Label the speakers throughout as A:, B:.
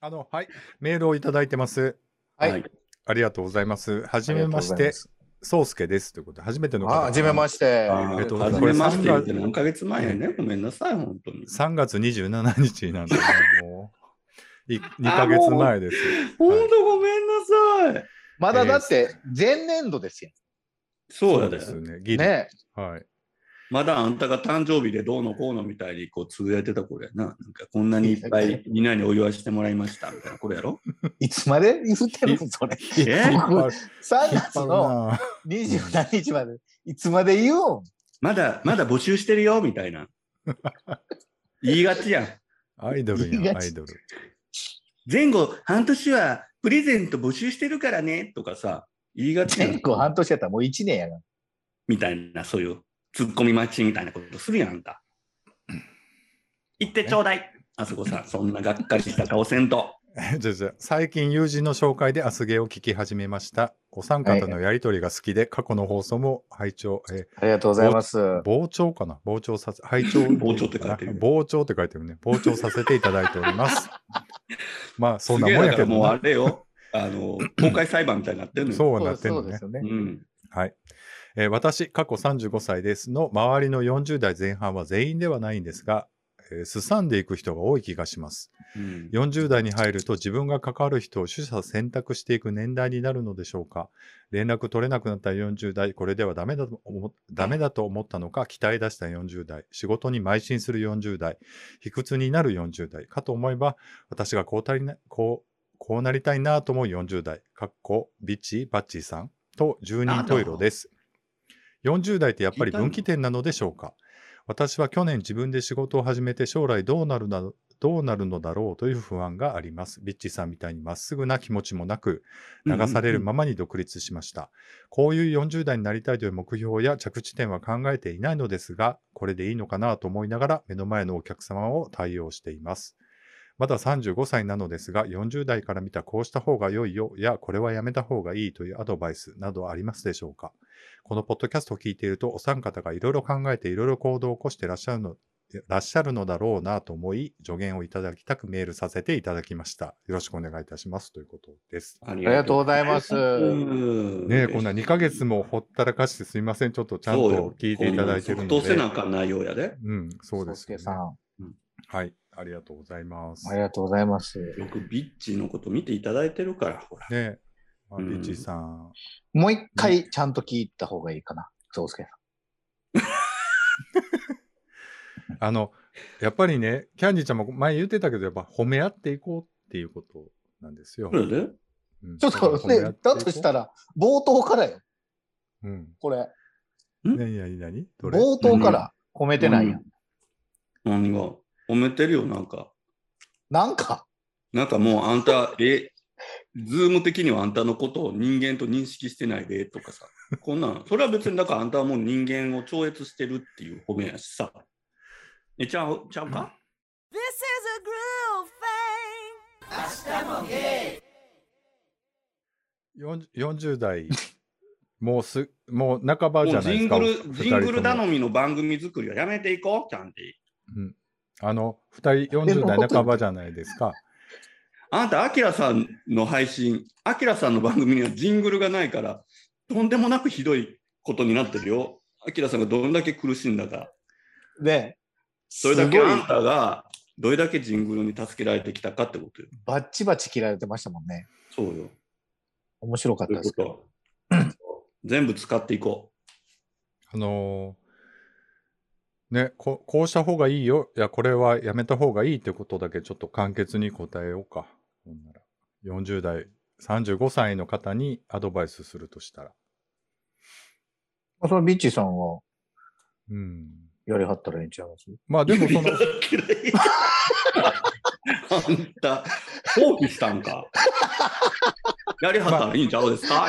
A: あの、はい。メールをいただいてます。
B: はい。
C: はい
A: ありがとうございます。は
B: あ
A: じ
B: りが
A: め
B: とうご
A: ま
B: ざ
A: し
B: い
A: て、
B: す。
A: そうすけです。ということで、初めての
B: あ、
A: 方。
B: はじめまして。
C: あ
A: ありがとうござい
C: は
A: ます
C: じめまして言って何ヶ月前やね。ごめんなさい、本当に。
A: 3月27日なん で、もう、い2ヶ月前です。
C: 本当ごめんなさい。
B: まだだって、前年度ですよ。
C: そうだ
A: で
C: よ
A: す。ね。ギリ。
B: ね
A: はい。
C: まだあんたが誕生日でどうのこうのみたいにこうつぶやいてた頃やな。なんかこんなにいっぱいみんなにお祝いしてもらいましたみたいな頃やろ。
B: いつまで言ってるのそれ。
C: え
A: 引っ張る
B: 3
A: 引っ
B: 月
A: 張る
B: の
A: な
B: 27日まで、いつまで言おう
C: まだまだ募集してるよみたいな。言いがちやん。
A: アイドルやん、アイドル。
C: 前後半年はプレゼント募集してるからねとかさ、言いがちやん
B: 結。構半年やったらもう1年やが
C: みたいな、そういうツッコミ待ちみたいなことするやん、あんた。行ってちょうだい。あそこさん、そんながっかりした顔せんと。
A: じゃあじゃあ最近友人の紹介でアスゲーを聞き始めました。お三方のやりとりが好きで、過去の放送も拝聴、え
B: ありがとうございます。
A: ー傍聴かな傍聴させ、拝聴
C: 傍聴って書いてる
A: 傍聴って書いてるね。傍聴させていただいており ます。まあ、そ
C: す
A: んな
C: げえ
A: もんや
C: だか
A: け
C: らもう
A: ど
C: あ
A: な、
C: れよ、あの、公開裁判みたいになってんのよ。。
A: そううはなってん
B: そ
A: の
B: うで
A: ね
B: す。よね。
C: ん。
A: はい、えー私、過去35歳ですの周りの40代前半は全員ではないんですが、えー、すさんでいく人が多い気がします。
C: うん、
A: 40代に入ると自分が関わる人を取捨選択していく年代になるのでしょうか連絡取れなくなった40代これではダメだと思ダメだと思ったのか鍛え出した40代仕事に邁進する40代卑屈になる40代かと思えば私がこうたりなこうこうなりたいなと思う40代かっこビッチバッチーさんと十人十色です40代ってやっぱり分岐点なのでしょうか私は去年自分で仕事を始めて将来どうなるなどどうなるのだろうという不安があります。ビッチさんみたいにまっすぐな気持ちもなく流されるままに独立しました。こういう40代になりたいという目標や着地点は考えていないのですが、これでいいのかなと思いながら目の前のお客様を対応しています。まだ35歳なのですが、40代から見たこうした方が良いよや、これはやめた方がいいというアドバイスなどありますでしょうかこのポッドキャストを聞いていると、お三方がいろいろ考えていろいろ行動を起こしてらっしゃるのらっしゃるのだろうなと思い、助言をいただきたくメールさせていただきました。よろしくお願いいたしますということです。
C: あ
B: あ
C: り
B: りがとうございます。
C: うん
A: ねえ、こんな2ヶ月もほったらかしてすみません。ちょっとちゃん
C: そう
A: と
C: よ
A: 聞いていただいてるの
C: こういう即答せ
A: で。
C: なあかん内容やで。
A: うん、そうです、
B: 宗
A: ね
B: 介。さん、
A: はい、ありがとうございます。
B: あ
A: ね
B: りがとうございます。
C: よくビッチのこと見ていただいてるから、ほら。
A: え、まあ、
C: うん
A: リッチーさん。
B: もう一回ちゃんと聞いた方がいいかな。宗介さん。
A: あの、やっぱりね、キャンディーちゃんも前言ってたけど、やっぱ褒め合っていこうっていうことなんですよ。
C: そうで
A: うん
B: ちょっとね、だとした、ら、冒頭からよ、
A: 褒め合っていこ
B: これ。
A: ううん。何何何どれ
B: 冒頭から褒めてないやん。
C: 何が褒めてるよ、なんか。
B: なんか、
C: なんかもうあんた、え、ズーム的にはあんたのことを人間と認識してないでとかさ。こんなん、それは別にだからあんたはもう人間を超越してるっていう褒めやしさ。え、ちゃう、ちゃうか、
D: This is a groove thing.
A: 40 40代、もうす、もう半ばじ
C: も
A: ゃ
C: う
A: ないで
C: ジ
A: す
C: ン
A: か。
C: グ
A: お
C: ル、
A: 二人
C: ジン
A: と
C: グ
A: も
C: ル頼みの番組作りはやめていこう、キャンディ。
A: うんあの、2人40代半ばじゃないですか。
C: あんた、アキラさんの配信、アキラさんの番組にはジングルがないから、とんでもなくひどいことになってるよ。アキラさんがどんだけ苦しんだか。
B: ね、
C: そ
B: そ
C: れだけ
B: すご
C: あ
B: い
C: んたが、どれだけジングルに助けられてきたかってことよ。
B: バッチバチ切られてましたもんね。
C: そうよ。
B: 面白かっ
C: そ
B: た
C: ういう
B: です
C: こ
B: けど。
C: と。 全部使っていこ
A: あのーねこ、こうした方がいいよ。いや、これはやめた方がいいってことだけちょっと簡潔に答えようか。ほんなら40代、35歳の方にアドバイスするとしたら。
B: まあそのビッチーさんは
A: うん。
B: やりはったらええんちゃいます
A: まあ
C: う。
A: でもその
C: 嫌、いあんた、放棄したんか。やりはったらいいんちゃうですか、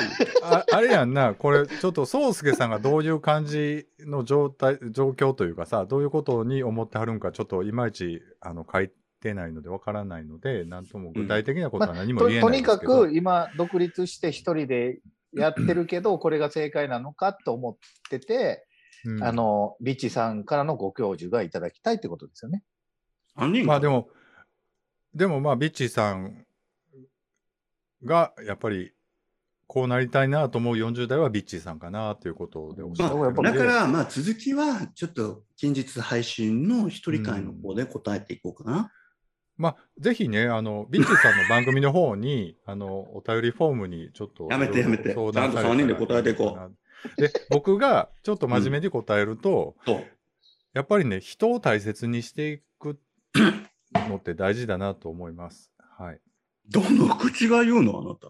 A: ああれやんな、これちょっと宗介さんがどういう感じの状態、状況というかさ、どういうことに思ってはるんか、ちょっといまいちあの書いてないのでわからないので、なんとも具体的なことは何も
B: と
A: 言え
B: と
A: ない
B: に
A: んで
B: か
A: すけど、
B: く今独立して一人でやってるけど、これが正解なのかと思ってて、
A: うん
B: あの、ビッチーさんからのご教授がいただきたいってことですよね。
C: 何人か
A: まあでも、でもまあ、ビッチーさんが、やっぱり、こうなりたいなと思う40代はビッチーさんかなということでおっしゃってる
B: そうやっぱ
A: の
B: り
A: で
C: だから、まあ、続きは、ちょっと近日配信の一人会の方で答えていこうかな。
A: まあ、ぜひね、あの、ビッチーさんの番組の方に、あの、お便りフォームにちょっと。
C: やめてやめて
A: 相談されたら
C: ちゃんと三人で答えていこ
A: う。で、僕がちょっと真面目に答えると、
C: と、
A: やっぱりね、人を大切にしていくのって大事だなと思います。はい。
C: どの口が言うのあ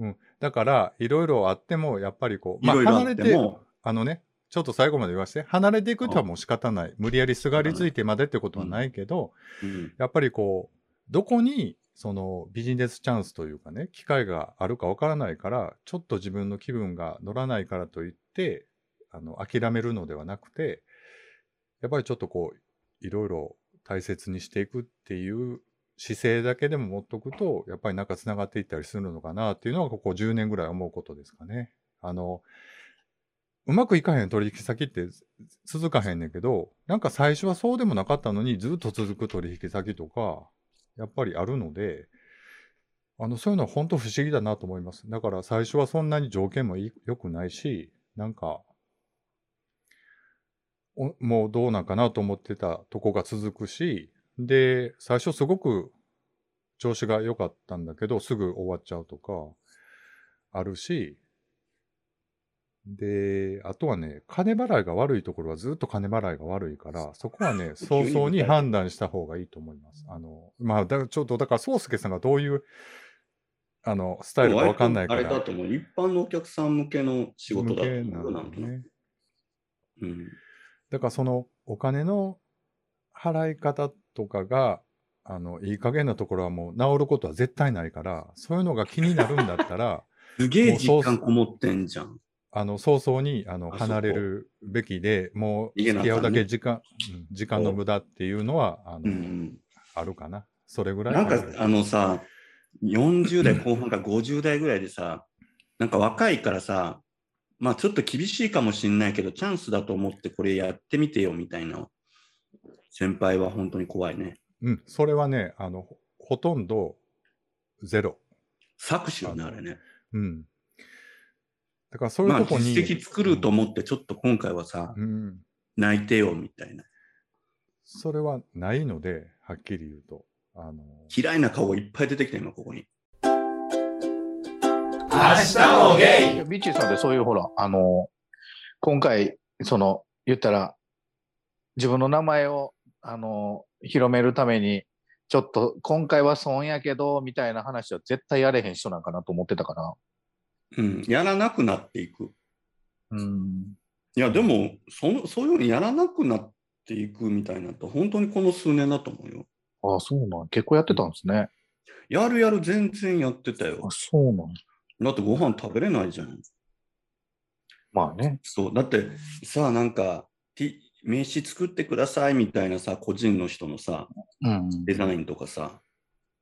C: なた。
A: だから、いろいろあっても、やっぱりこう、
C: いろいろあ
A: 離れ
C: って
A: て、
C: も、
A: あのね、ちょっと最後まで言わせて、離れていくとはもう仕方ない。無理やりすがりついてまでってことはないけど、
C: うん
A: やっぱりこう、どこにそのビジネスチャンスというかね、機会があるかわからないから、ちょっと自分の気分が乗らないからといって、あの、諦めるのではなくて、やっぱりちょっとこう、いろいろ大切にしていくっていう姿勢だけでも持っとくと、やっぱりなんか繋がっていったりするのかなっていうのは、ここ10年ぐらい思うことですかね。あの、うまくいかへん取引先って続かへんねんけど、なんか最初はそうでもなかったのにずっと続く取引先とか、やっぱりあるので、あの、そういうのは本当不思議だなと思います。だから最初はそんなに条件もいい良くないし、なんか、おもうどうなんかなと思ってたとこが続くし、で、最初すごく調子が良かったんだけど、すぐ終わっちゃうとか、あるし、で、あとはね、金払いが悪いところはずっと金払いが悪いから、そこは ね、早々に判断した方がいいと思います。あの、まあ、だちょっと、だから、宗介さんがどういう、あの、スタイルかわかんないか
C: あれだ
A: ら、
C: と思う。一般のお客さん向けの仕事だと
A: 向け
C: 思う。
A: な
C: なんん
A: で
C: となく
A: ね。
C: うん
A: だからそのお金の払い方とかが、あの、いい加減なところはもう治ることは絶対ないから、そういうのが気になるんだったら、
C: すげえ実感こもってんじゃん。
A: あの、早々に、あの、
C: あそこ
A: 離れるべきで、もう、
C: 逃
A: 付
C: げなあ
A: き合
C: か
A: うん
C: ね
A: だけ時間、うん時間の無駄っていうのは、あの、
C: うん
A: あるかな。それぐらい
C: なん
A: あ
C: か
A: る
C: あのさ、40代後半か50代ぐらいでさ、なんか若いからさ、まあちょっと厳しいかもしんないけど、チャンスだと思ってこれやってみてよみたいな先輩は本当に怖いね。
A: うん、それはね、あの、ほとんど、ゼロ。
C: 搾取よね、あれね。
A: うん。だからそうい
C: ま
A: う
C: あ
A: とこに、
C: 実績作ると思って、ちょっと今回はさ、
A: うん、
C: 泣いてよみたいな。
A: それはないので、はっきり言うと。あの
C: 嫌いな顔がいっぱい出てきた今ここに。
B: 明日もゲイビッチーさんってそういうほら、あの、今回、その、言ったら、自分の名前を、あの、広めるために、ちょっと、今回は損やけど、みたいな話は絶対やれへん人なんかなと思ってたから。
C: うん、やらなくなっていく。
B: うん。
C: いや、でもその、そういうのやらなくなっていくみたいなと、本当にこの数年だと思うよ。
B: ああ、そうなん。結構やってたんですね。
C: やるやる全然やってた
B: あ
C: よ。
B: そうなん。
C: だってご飯食べれないじゃん。
B: まあね。
C: そう。だってさあなんか、T、名刺作ってくださいみたいなさ、個人の人のさ、
B: うん。
C: デザインとかさ、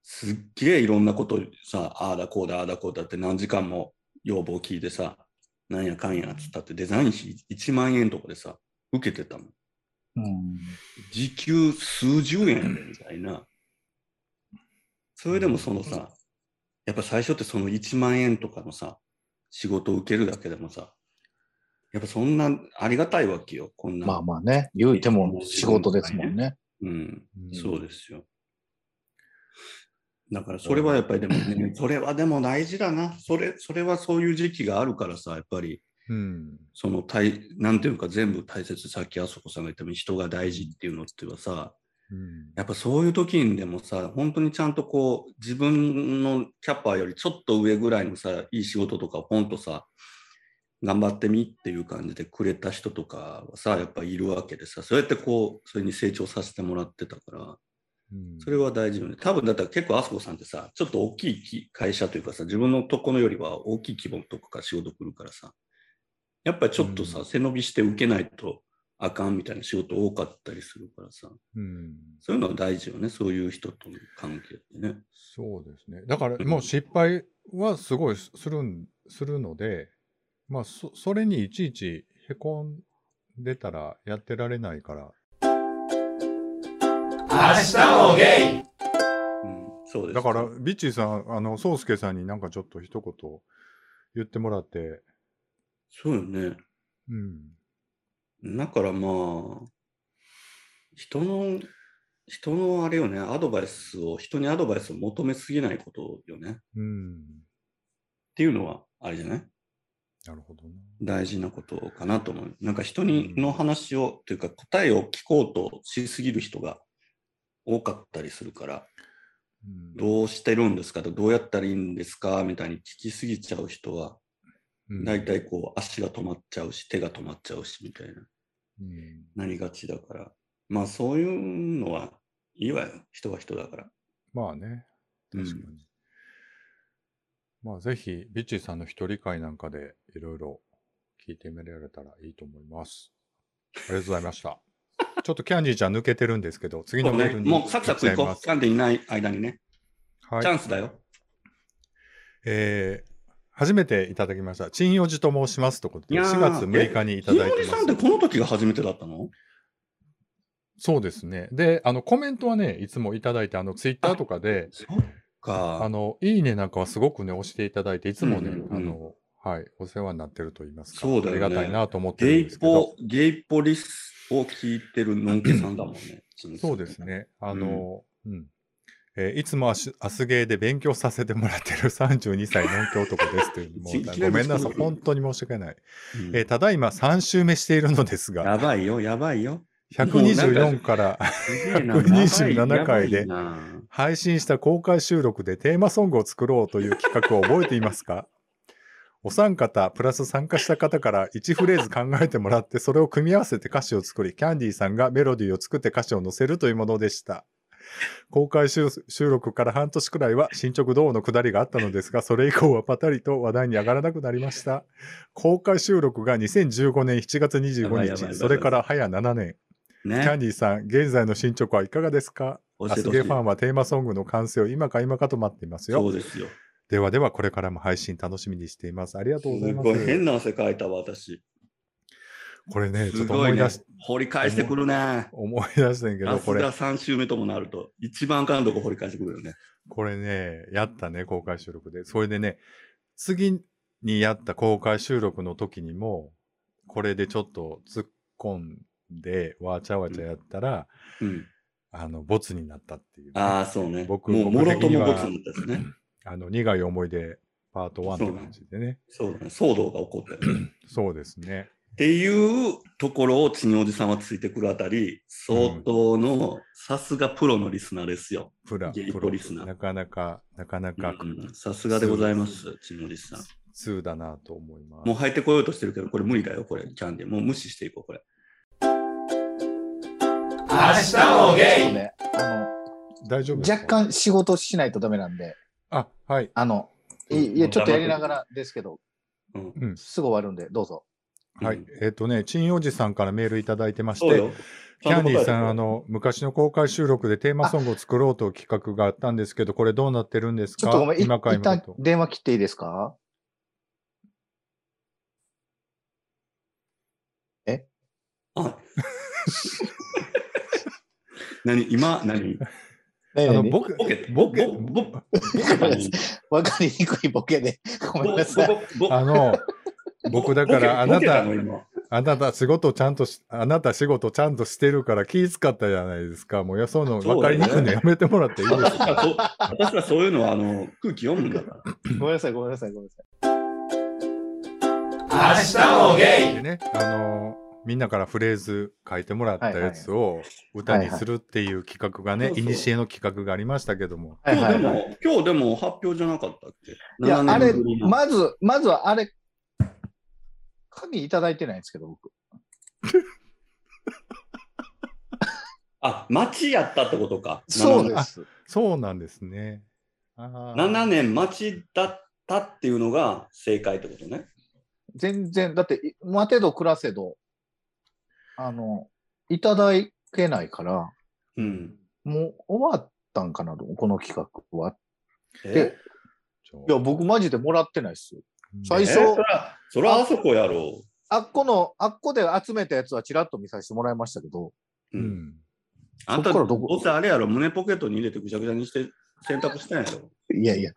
C: すっげえいろんなことさ、ああだこうだああだこうだって何時間も要望聞いてさ、なんやかんやっつったってデザイン費1万円とかでさ、受けてたもん。
B: うん。
C: 時給数十円やでみたいな。それでもそのさ、やっぱ最初ってその1万円とかのさ、仕事を受けるだけでもさ、やっぱそんなありがたいわけよ、こんな。
B: まあまあね。言うても仕事ですもんね。
C: うん、
A: うん
C: そうですよ。だからそれはやっぱりでもね、それはでも大事だな。それ、それはそういう時期があるからさ、やっぱり、
A: うん。
C: その大、なんていうか全部大切、さっきあそこさんが言ったように人が大事っていうのっていうのはさ、
A: うん
C: やっぱそういう時にでもさ、本当にちゃんとこう、自分のキャパよりちょっと上ぐらいのさ、いい仕事とかをポンとさ、頑張ってみっていう感じでくれた人とかはさ、やっぱいるわけでさ、そうやってこう、それに成長させてもらってたから、
A: うん
C: それは大事よね。多分だったら結構あそこさんってさ、ちょっと大きいき会社というかさ、自分のとこのよりは大きい規模のとこから仕事来るからさ、やっぱりちょっとさ、
A: うん
C: 背伸びして受けないとあかんみたいな仕事多かったりするからさ、
A: うん、
C: そういうのは大事よね、そういう人との関係ってね。
A: そうですね。だからもう失敗はすごいするんするので、まあそそれにいちいちへこんでたらやってられないから。
B: 明日もゲイ
C: うんそうです。
A: だから、ビッチーさん、あの、宗介さんになんかちょっと一言言ってもらって、
C: そうよね。
A: うん。
C: だからまあ、人の、人のあれよね、アドバイスを、人にアドバイスを求めすぎないことよね。っ
A: うん。
C: ていうのは、あれじゃない
A: なるほどね。
C: 大事なことかなと思う。なんか人にの話を、というか答えを聞こうとしすぎる人が多かったりするから、
A: うん
C: どうしてるんですかとどうやったらいいんですかみたいに聞きすぎちゃう人は、
A: うん
C: 大体こう足が止まっちゃうし、手が止まっちゃうしみたいな、
A: うん
C: なりがちだから。まあそういうのはいいわよ。人は人だから。
A: まあね、
C: うん
A: 確かに。まあぜひ、ビッチーさんの一人会なんかでいろいろ聞いてみられたらいいと思います。ありがとうございま した。ちょっとキャンディーちゃん抜けてるんですけど、次
C: そ
A: の
C: う
A: メ
C: ね
A: ールに
C: もうサクサク
A: 行きた
C: 行
A: い
C: こ
A: ま
C: う。
A: す
C: キャンディーいない間にね。
A: はい
C: チャンスだよ。
A: えー初めていただきました。チンおじと申しますということ
C: い
A: で、
C: やー
A: 4月6日にいた
C: ひ
A: だい
C: よ
A: て
C: り
A: ま
C: さんって
A: す。
C: この時が初めてだったの
A: そうですね。で、あの、コメントはね、いつもいただいて、あの、ツイッターとかで、
C: そっか。
A: あの、いいねなんかはすごくね、押していただいて、いつもね、
C: うんうんうん
A: あの、はい、お世話になってると言いますか、
C: そうだよね
A: ありがたいなと思って
C: ゲ
A: るんで
C: イ
A: すけど
C: ポ、、ゲイポリスを聞いてるのんけさんだもんね。
A: そうです。ね、あの、うん。えーいつもあし明日芸で勉強させてもらってる32歳のんき男ですというも
C: いきな
A: う
C: り
A: ごめんなさい
C: ぶち込んでくる
A: 本当に申し訳ない、
C: うん
A: えーただいま3週目しているのですが
C: やばいよ、やばいよ。もうなん
A: 124から127回で
C: やばいな
A: 配信した公開収録でテーマソングを作ろうという企画を覚えています かお三方、プラス参加した方から1フレーズ考えてもらって、それを組み合わせて歌詞を作り、キャンディーさんがメロディーを作って歌詞を載せるというものでした。公開収収録から半年くらいは進捗どうの下りがあったのですが、それ以降はパタリと話題に上がらなくなりました。公開収録が2015年7月
C: やばいやば
A: 25
C: い
A: 日、それから早7年。キャンデ
C: ね、
A: ィーさん、現在の進捗はいかがですか
C: 教
A: ア
C: えて
A: ス
C: ほし
A: ゲ
C: い
A: ーファンはテーマソングの完成を今か今かと待っています
C: そう
A: よ。
C: ですよ。
A: ではではこれからも配信楽しみにしています。ありがとうござい
C: す
A: ま
C: ごい変
A: す。
C: な汗かいたわ、私。
A: これね、ちょ
C: す
A: っと
C: ご
A: 思
C: い
A: い
C: ね
A: 出し、。
C: 掘り返してくるね。
A: 思い出してんけど、
C: さ
A: こ
C: す
A: れ
C: が、3週目ともなると、一番かんとこ掘り返してくるよね。
A: これね、やったね、公開収録で。それでね、次にやった公開収録の時にも、これでちょっと突っ込んで、わちゃわちゃやったら、
C: うん。
A: あの、ボツになったっていうね、
C: ああ、そうね。
A: 僕
C: もう、も
A: 僕
C: ろ
A: 的
C: と
A: に
C: も
A: は
C: ごつになったですね。
A: あの、苦い思い出、パート1って感じでね。
C: そうだね。騒動が起こったよね。
A: そうですね。
C: っていうところをちにおじさんはついてくるあたり、相当の、さすがプロのリスナーですよ。
A: プラ、
C: ゲイ
A: プ
C: ポリスナ
A: ロ、なかなか、なかなか、
C: うんさすがでございます、ちにおじさん。
A: 通だなと思います。
C: もう入ってこようとしてるけど、これ無理だよ、これ、キャンディー。もう無視していこう、これ。
B: 明日もゲイね、あ
A: 大丈夫
B: の、
A: ですか
B: 若。干仕事しないとダメなんで、
A: あ、はい。
B: あの、いいや、ちょっとやりながらですけど、
C: うん
A: うん。
B: すぐ終わるんで、どうぞ。
A: はい。
C: うん
A: えっ、とね、チンおじさんからメールいただいてまし
C: そう
A: て、
C: よ。
A: キャンディー
C: ち
A: さん、
C: ゃ
A: あ
C: と答えて
A: の、昔の公開収録でテーマソングを作ろうという企画があったんですけど、これどうなってるんです
B: ち
A: か
B: ょっとごめん、い
A: 今か
B: 一
A: 今か
B: 旦
A: と。
B: 電話切っていいですか
C: くれよ。あ何今、何
B: あ
A: あの、僕、
C: ボケ、
A: ボケ
C: ボボボケたに
B: わかりにくいボケで、 ごめんなさい。
C: ボボ
A: あの、 僕だからあな
C: ボケ
A: た、
C: の今
A: あなた仕事ちゃんとし、あなた仕事ちゃんとしてるから気使ったじゃないですか。もうよその分かりにくいのやめてもらっていいです
C: 私
A: か。
C: はそう私はそういうのはあの空気読むんだから。
B: ごめんなさい、ごめんなさい、ごめんなさい。
A: でね、あのーみんなからフレーズ書いてもらったやつを歌にするっていう企画がね、
C: はいはい
A: いにしえの企画がありましたけども、
B: はい
C: 今
B: は
C: 日で
B: いはい
C: も、今日でも発表じゃなかったっけ
B: いや、あれ
C: 7年ぶり、の
B: まず、まずはあれ、紙いただいてないんですけど、僕。
C: あ、町やったってことか。
B: そうです。
A: そうなんですね。あー
C: 7年町だったっていうのが正解ってことね。
B: 全然、だって、い待てど暮らせど、あの、いただけないから、
C: うん。
B: もう終わったんかなと、この企画は。
C: え
A: ちょ
B: いや、僕マジでもらってないっすよ。
A: うん
B: 最初
C: えそら、そらあそこやろ
B: あっこの、あっこで集めたやつはちらっと見させてもらいましたけど、
C: う。
A: う。ん
C: あんた、
B: そっから
C: ど
B: どこ
C: うせあれやろ、胸ポケットに入れてぐちゃぐちゃにして選択したんやろ。
B: いやいや、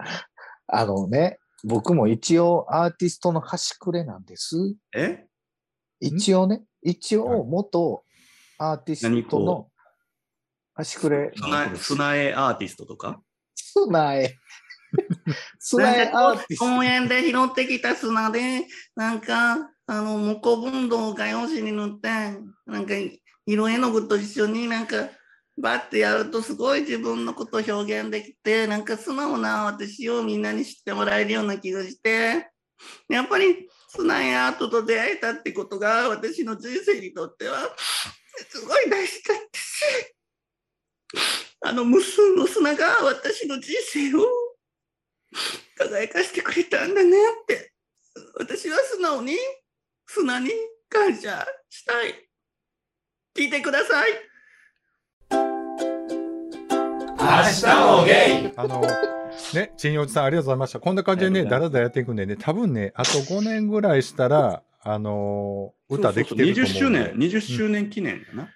B: あのね、僕も一応アーティストの端くれなんです。
C: え
B: 一応ね、一
A: はい
B: 応元アーティストの端くれ
C: スナエスナエアーティストとか
B: スナ エ。スナエアーティスト。
C: 公園で拾ってきた砂で、なんか、あの、モコボンドを画用紙に塗って、なんか、色絵の具と一緒になんか、バッてやるとすごい自分のこと表現できて、なんか素直な私をみんなに知ってもらえるような気がして、やっぱり砂やアートと出会えたってことが私の人生にとっては、すごい大事だったし、あの無数の砂が私の人生を輝かしてくれたんだねって、私は素直に砂に感謝したい。聞いてください。
E: 明日もゲイ
A: あの、ね、ちんおじさん、ありがとうございました。こんな感じで
C: あ
A: ね、
C: り
A: だ
C: が
A: らだらやっていくんでね、多分ね、あと5年ぐらいしたら、あのー歌できてると思う
C: 20周
A: んで
C: 年、20周年記念やな。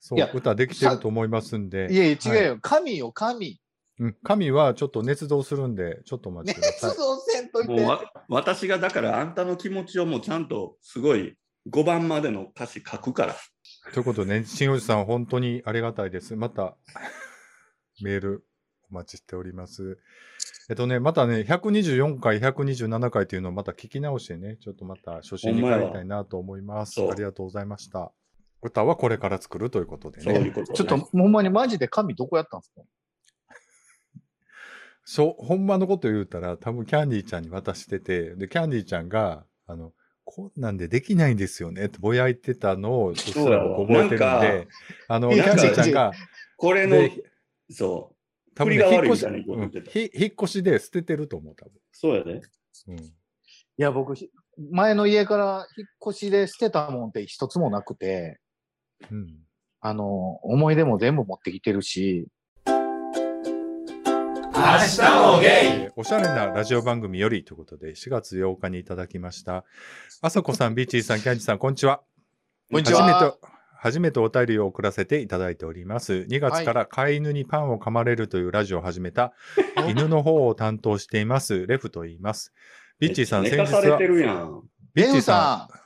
A: そ
B: いうや、
A: 歌できてると思いますんで。
B: いやいや、違う
A: はい
B: よ。神よ、神。
A: うん、神はちょっと熱動するんで、ちょっとお待ちくだ
B: 熱
A: さい。
B: 造せんとい
C: もう
B: て。
C: わ私がだからあんたの気持ちをもうちゃんとすごい5番までの歌詞書くから。
A: ということでね、新おじさん、本当にありがたいです。また、 メールお待ちしております。えっとね、またね、124回、127回というのをまた聞き直してね、ちょっとまた初心に帰りたいなと思います。
C: ほんまやわ
A: ありがとうございました。歌はこれから作るということで
C: そうい
A: ね。
C: うこと、
B: ちょっと、ほんまにマジで神どこやったんですか
A: そう、ほんまのこと言うたら、多分キャンディーちゃんに渡してて、で、キャンディーちゃんが、あの、こんなんでできないんですよねってぼやいてたのを、うっすら僕覚えてるん
C: なん
A: で、あの、
B: い
A: キャ
B: や
A: ンディーちゃんが、
C: これの
A: で、
C: そう、
A: 多分、
C: 振りが
A: ね、引っ
C: 悪いみ
A: 越した
C: いなこと言ってた
A: うんひ引っ越しで捨ててると思う、多
C: そうやね。
A: 分。うん
B: いや、僕、ひ前の家から引っ越しで捨てたもんって一つもなくて、
A: うん、
B: あの、思い出も全部持ってきてるし、
A: え
E: 明日もゲイ
A: ーおしゃれなラジオ番組よりということで、4月8日にいただきました。あさこさん、ビーチーさん、キャンディさん、こんにちは。
B: こんにちは
A: 初めて初めてお便りを送らせていただいております。2月から飼い犬にパンを噛まれるというラジオを始め た、犬の方を担当しています、レフと言います。ビッチーさん、
C: めっち
A: 先
C: ゃ
A: 日
C: 寝かされ
A: は
C: て、るやん。
A: ビッチ
B: ベ
A: ー
B: ン
A: さん、
B: さ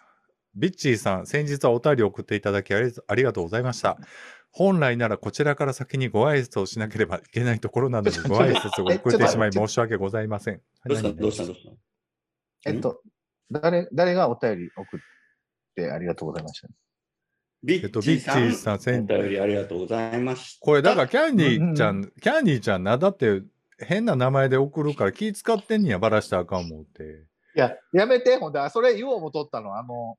A: ビッチーさん、先日はお便りを送っていただきありありがとうございました。本来ならこちらから先にご挨拶をしなければいけないところな のに、ご挨拶を遅れてしまい申し訳ございません。
C: どうしたどうしたどうした
B: ん、えっと、誰、誰がお便り送ってありがとうございました。
C: ビ
A: えっ
C: ッ
A: と、
C: チ
A: ビッ
C: ー
A: チ
C: さ
A: ーさ
C: ん、
A: ん、せん
C: お便りありがとうございました。
A: これ、だから、キャンディーちゃん、キャンディーちゃんな、だって、変な名前で送るから気使ってんねや、ばらしたらあかん思うて。
B: いや、やめて、ほんで、あそれ、言おうもとったの、あの、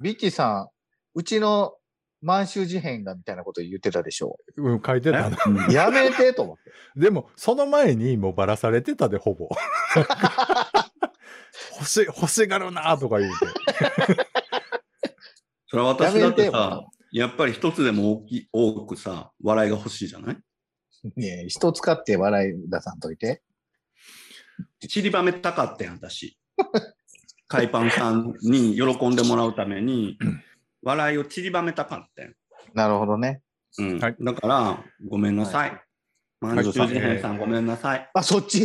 B: ビッキーさん、うちの満州事変がみたいなこと言ってたでしょ
A: うん、書いてたな。
C: うん
B: やめて、と思って。
A: でも、その前にもうばらされてたで、ほ ぼ。欲しい、欲しがるなとか言うて。
C: それは
B: や
C: 私だ
B: め
C: ってて
B: よ
C: さ、やっぱり一つでも大き多くさ、笑いが欲しいじゃない
B: ねえ、人使って笑い出さんといて。
C: 散りばめたかったやん、 私。海パンさんに喜んでもらうために、笑いを散りばめたかったやん。
B: なるほどね。
C: うん
A: はい
C: だから、ごめんなさい。満州事変さん、ごめんなさい。
B: あ、そっち。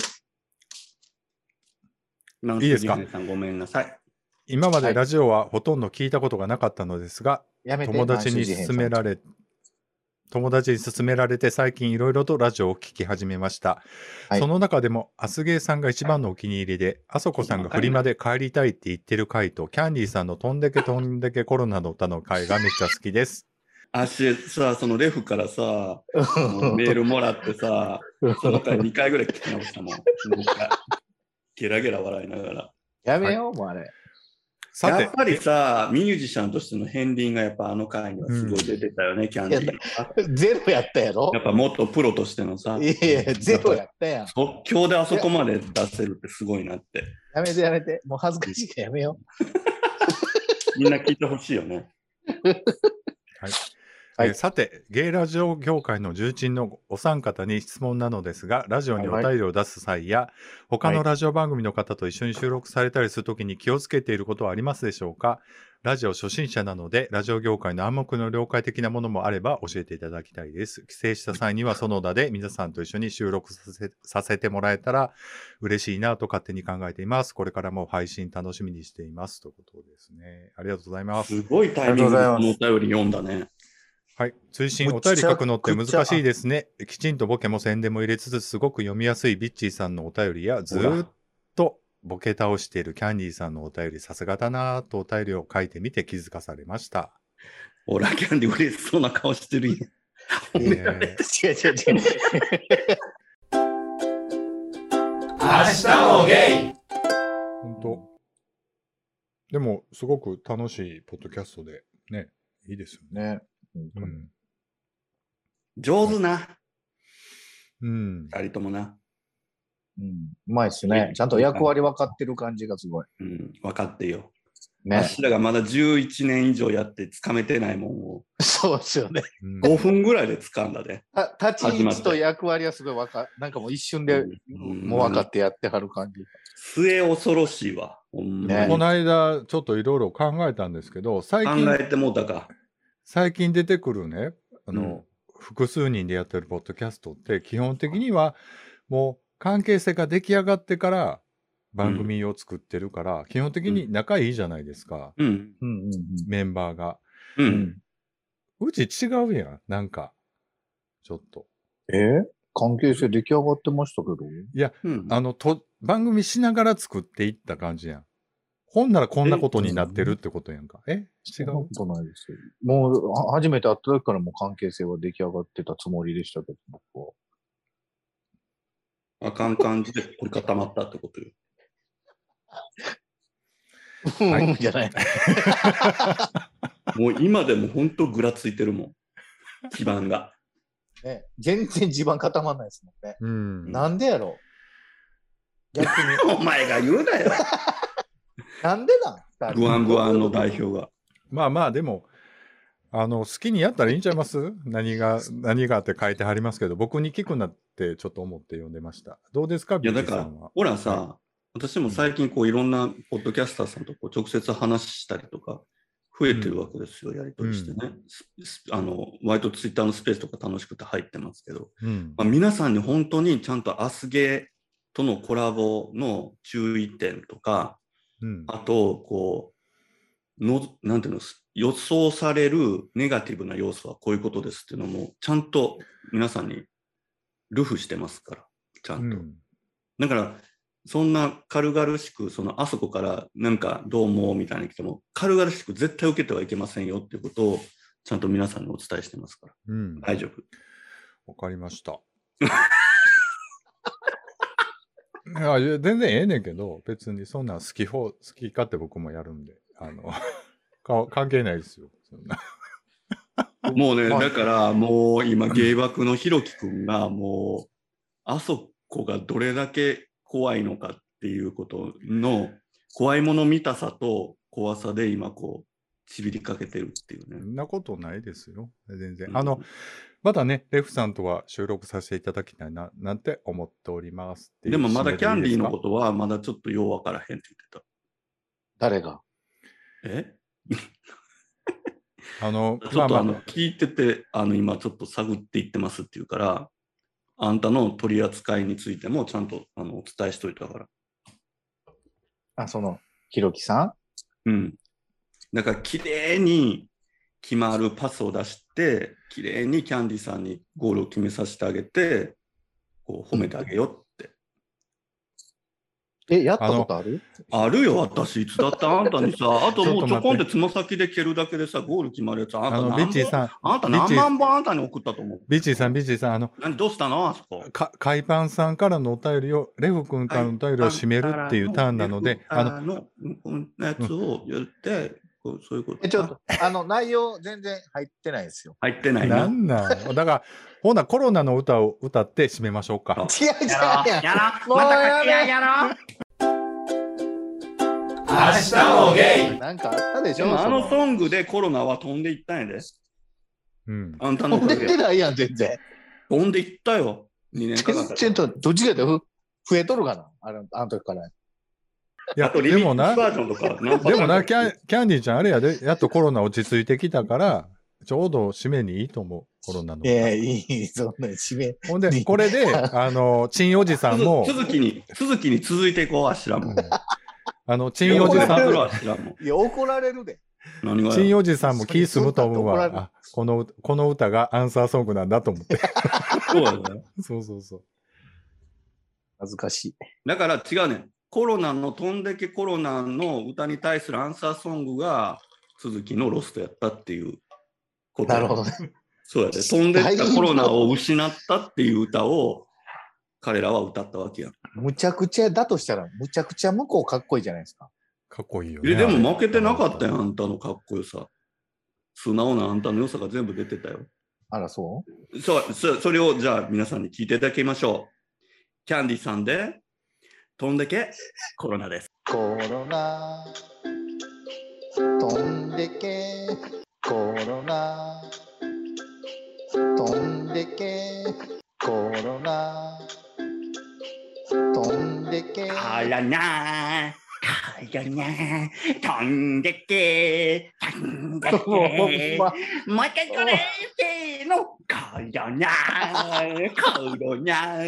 C: 満
A: いい
C: 州
A: です
C: 事
A: か
C: 変さん、ごめんなさい。
A: 今ま
B: は
A: で
B: い
A: ラジオはほとんど聞いたことがなかったのですが、
B: やめて。
A: 友達に勧められ、友達に勧められて最近いろいろとラジオを聞き始めました。
B: はい
A: その中でも、アスゲーさんが一番のお気に入りで、あそこさんがフリマで帰りたいって言ってる回と、キャンディーさんのとんでけとんでけコロナの歌の回がめっちゃ好きです。
C: あしさ、そのレフから さ、
B: マンシュ事変さん。
C: メールもらってさ、その回2回ぐらい聞き直したもん。なんかゲラゲラ笑いながら。
B: やめよう、もうあれ。
A: さ
C: や
A: て
C: っ、ぱりさ、ミュージシャンとしての片鱗がやっぱあの回にはすごい出てたよね、キャンディーは。
B: ゼロやったやろ
C: やっぱ元プロとしてのさ、
B: いやいや、ゼロやったやん。
C: 即興であそこまで出せるってすごいなって。
B: やめてやめて。もう恥ずかしいからやめよ
C: みんな聞いてほしいよね。
B: はい
A: えーさて、ゲイラジオ業界の重鎮のお三方に質問なのですが、ラジオにお便りを出す際や、他のラジオ番組の方と一緒に収録されたりするときに気をつけていることはありますでしょうかラジオ初心者なので、ラジオ業界の暗黙の了解的なものもあれば教えていただきたいです。帰省した際には園田で皆さんと一緒に収録させさせてもらえたら嬉しいなと勝手に考えています。これからも配信楽しみにしています。ということですね。ありがとうございます。
C: すごいタイミングでこの
B: あ
C: お
B: り
C: 便り読んだね。
A: はい。追伸、
B: む
A: お
B: ちゃ
A: 便り書くのって難しいですね。きちんとボケも宣伝も入れつつ、すごく読みやすいビッチーさんのお便りや、ずーっとボケ倒しているキャンディーさんのお便り、さすがだなぁとお便りを書いてみて気づかされま した。
C: オラキャンディ嬉しそうな顔してるやん。
A: え
C: 褒められ
A: ー
B: 違う違う違う。
E: 明日もゲイ
A: 本当、でも、すごく楽しいポッドキャストで、ね、いいですよね。
B: ね。
A: うん。
C: 上手な、
A: うん。
C: 二人ともな。
B: うん。うまいっすね。ちゃんと役割分かってる感じがすごい。
C: うん、分かってよ。あっ
B: ね。
C: しらがまだ11年以上やって掴めてないもんを
B: そうっすよね。
A: うん
C: 5分ぐらいで掴んだで。
B: た立ち位置と役割はすごい分かなんかもう一瞬で
C: うん
B: もう分かってやってはる感じ。
C: 末恐ろしいわ。ほんま
B: ね
C: に
A: この間、ちょっといろいろ考えたんですけど、最近
C: 考えてもうたか。
A: 最近出てくるねあの、
C: うん
A: 複数人でやってるポッドキャストって基本的にはもう関係性が出来上がってから番組を作ってるから、基本的に仲いいじゃないですか、
C: うん。
B: うんうん
A: メンバーが
C: う。。
B: うん
A: うち違うやんなんかちょっと
B: えー関係性出来上がってましたけど。
C: うん、
A: あのと番組しながら作っていった感じやんほんならこんなことになってるってことやんかえ違
B: そんな
A: う
B: ことないですよ。もう、は初めて会った時からもう関係性は出来上がってたつもりでしたけど、僕は。
C: あかん感じで凝り固まったってことよ。
A: はい
B: うんうんじゃない。
C: もう今でも本当ぐらついてるもん。基盤が。
B: ね、全然地盤固まらないですもんね。
A: うん
B: なんでやろう 逆に。
C: お前が言うな よ。
B: なんでなん
C: グワングワンの代。表が。
A: まあまあでもあの好きにやったらいいんちゃいます 何が何がって書いてはりますけど僕に聞くなってちょっと思って読んでましたどうですか
C: い
A: ビ
C: や
A: ッ
C: だ
A: チ
C: か
A: さ
C: ら
A: んは、
C: ほらさ、私も最近こういろんなポッドキャスターさんとこう直接話したりとか、増えてるわけですよ、やり取りしてね。すすあの割とツイッターのスペースとか楽しくて入ってますけど、
A: うん
C: まあ、皆さんに本当にちゃんとアスゲーとのコラボの注意点とか、
A: うん
C: あと、こう、のなんていうの、す予想されるネガティブな要素はこういうことですっていうのも、ちゃんと皆さんにルフしてますから、ちゃ
A: うん
C: と。
A: ん
C: だから、そんな軽々しく、そのあそこからなんかどうもみたいに来ても、軽々しく絶対受けてはいけませんよっていうことを、ちゃんと皆さんにお伝えしてますから、
A: うん
C: 大丈夫。
A: わかりました いやいや全然ええねんけど別にそんなん好き方好きかって僕もやるんであの か関係ないですよそんな
C: もうね、
B: まあ
C: だからもう今、芸爆のひろきくんが、もう、あそこがどれだけ怖いのかっていうことの、怖いもの見たさと怖さで今、こう、ちびりかけてるっていう
A: そ
C: ね。
A: んなことないですよ全然、
C: うん
A: あのまだねレフさんとは収録させていただきたいななんて思っておりますっていう
C: でもまだキャンディ
A: 締めでいい
C: ーの
A: ですか
C: ことは、まだちょっとようわからへんって
B: 誰が
C: 言ってた。え
A: あの、
C: ちょっと
A: ま
C: あ
A: あま
C: の
A: あ、
C: 聞いてて、あの今ちょっと探っていってますっていうから、あんたの取り扱いについてもちゃんとあのお伝えしといたから。
B: あ、その、ひろきさ
C: うん。だから綺麗に決まるパスを出して、綺麗にキャンディさんにゴールを決めさせてあげて、こう褒めてあげようって。
B: ん。え、やったことある
C: あるよ、私。いつだってあんたに さ、あともう
A: ち
C: ち
A: ょ
C: ょ
A: っと待
C: こ
A: っ
C: ん
A: て
C: でつま先で蹴るだけでさ、ゴール決まるやつ、あん
A: あ
C: た
A: の、ビッ
C: 何
A: チー
C: 本
A: さん、
C: あんた
A: ビッチ
C: 何
A: ー
C: 万本あんたに送ったと思う
A: ビッチーさん、ビッチーさん、あの、
C: 何どうしたのあそこ。
A: か、海パンさんからのお便りを、レフ君からのお便りを締めるっていうターンなので、あの、
C: あの、こんなやつを言って、こうそういうこと。
B: え、ちょっと、あの、内容全然入ってないですよ。
C: 入ってない
A: な
C: な。
A: んなん だから、ほな、コロナの歌を歌って締めましょうか。
B: 違う違う
E: やろ
B: 違う。
E: やろ
B: もう
E: また
B: や
E: かけ合い
B: め
E: やろ明日もゲイ
B: なんかあったでし
C: で
B: ょ
C: もあ
B: そ
C: のソングでコロナは飛んでいったんやで。
A: うん。
C: あんたのお
B: 飛ん
C: か
B: で
C: げ
B: っ
C: で
B: てないやん、全然。
C: 飛んでいったよ。2年かかった。
B: ちょっと、どっちかで増えとるかなあの、あの時から。
A: いや、
C: あとリ
A: で
C: ミッ
A: も
C: クス
A: な、
C: バージョンとか何パターンか。
A: でもな、キャンキャンディーちゃん、あれやで、やっとコロナ落ち着いてきたから、ちょうど締めにいいと思う、コロナの。
B: いやいい、そんな締め。
A: ほんで、これ で、あの、チンおじさんも、
C: 続きに、続きに続いていこう、あしら
A: う
C: も
A: ん。あの、チンおじさん
B: 横
C: あしらも。
B: いや、怒られるで。
C: 何が
A: チン
C: よ。
A: おじさんも気すむと思う
B: それ
A: わ。
B: そんなと
A: あ
B: ころ
A: この、この歌がアンサーソングなんだと思って。
C: そうやね
A: そうそうそう。
B: 恥ずかしい。
C: だから違うねん。コロナの飛んでけコロナの歌に対するアンサーソングが続きのロストやったっていうこと。
B: なるほどね。
C: そうやで、飛んでったコロナを失ったっていう歌を彼らは歌ったわけやん。
B: むちゃくちゃだとしたら、むちゃくちゃ向こうかっこいいじゃないですか。
A: かっこいいよね。
C: えで
A: あれ
C: も負けてなかったやん、あんたのかっこよさ。素直なあんたの良さが全部出てたよ。
B: あら、そう
C: そう、そそれをじゃあ皆さんに聞いていただきましょう。キャンディさんで、飛んでけコロナです。
B: コロナ、飛んでけ、コロナ、飛んでけ、コロナ、飛んでけ、
C: らなからな飛んでけ飛んで
B: もう ほんま
C: もう一回これせーのコロナコロナ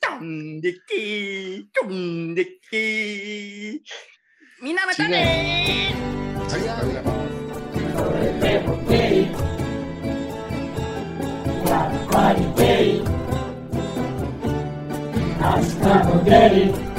C: 飛んでけ飛んでけみんなまたね
B: 違うよ。
F: Hasta luego.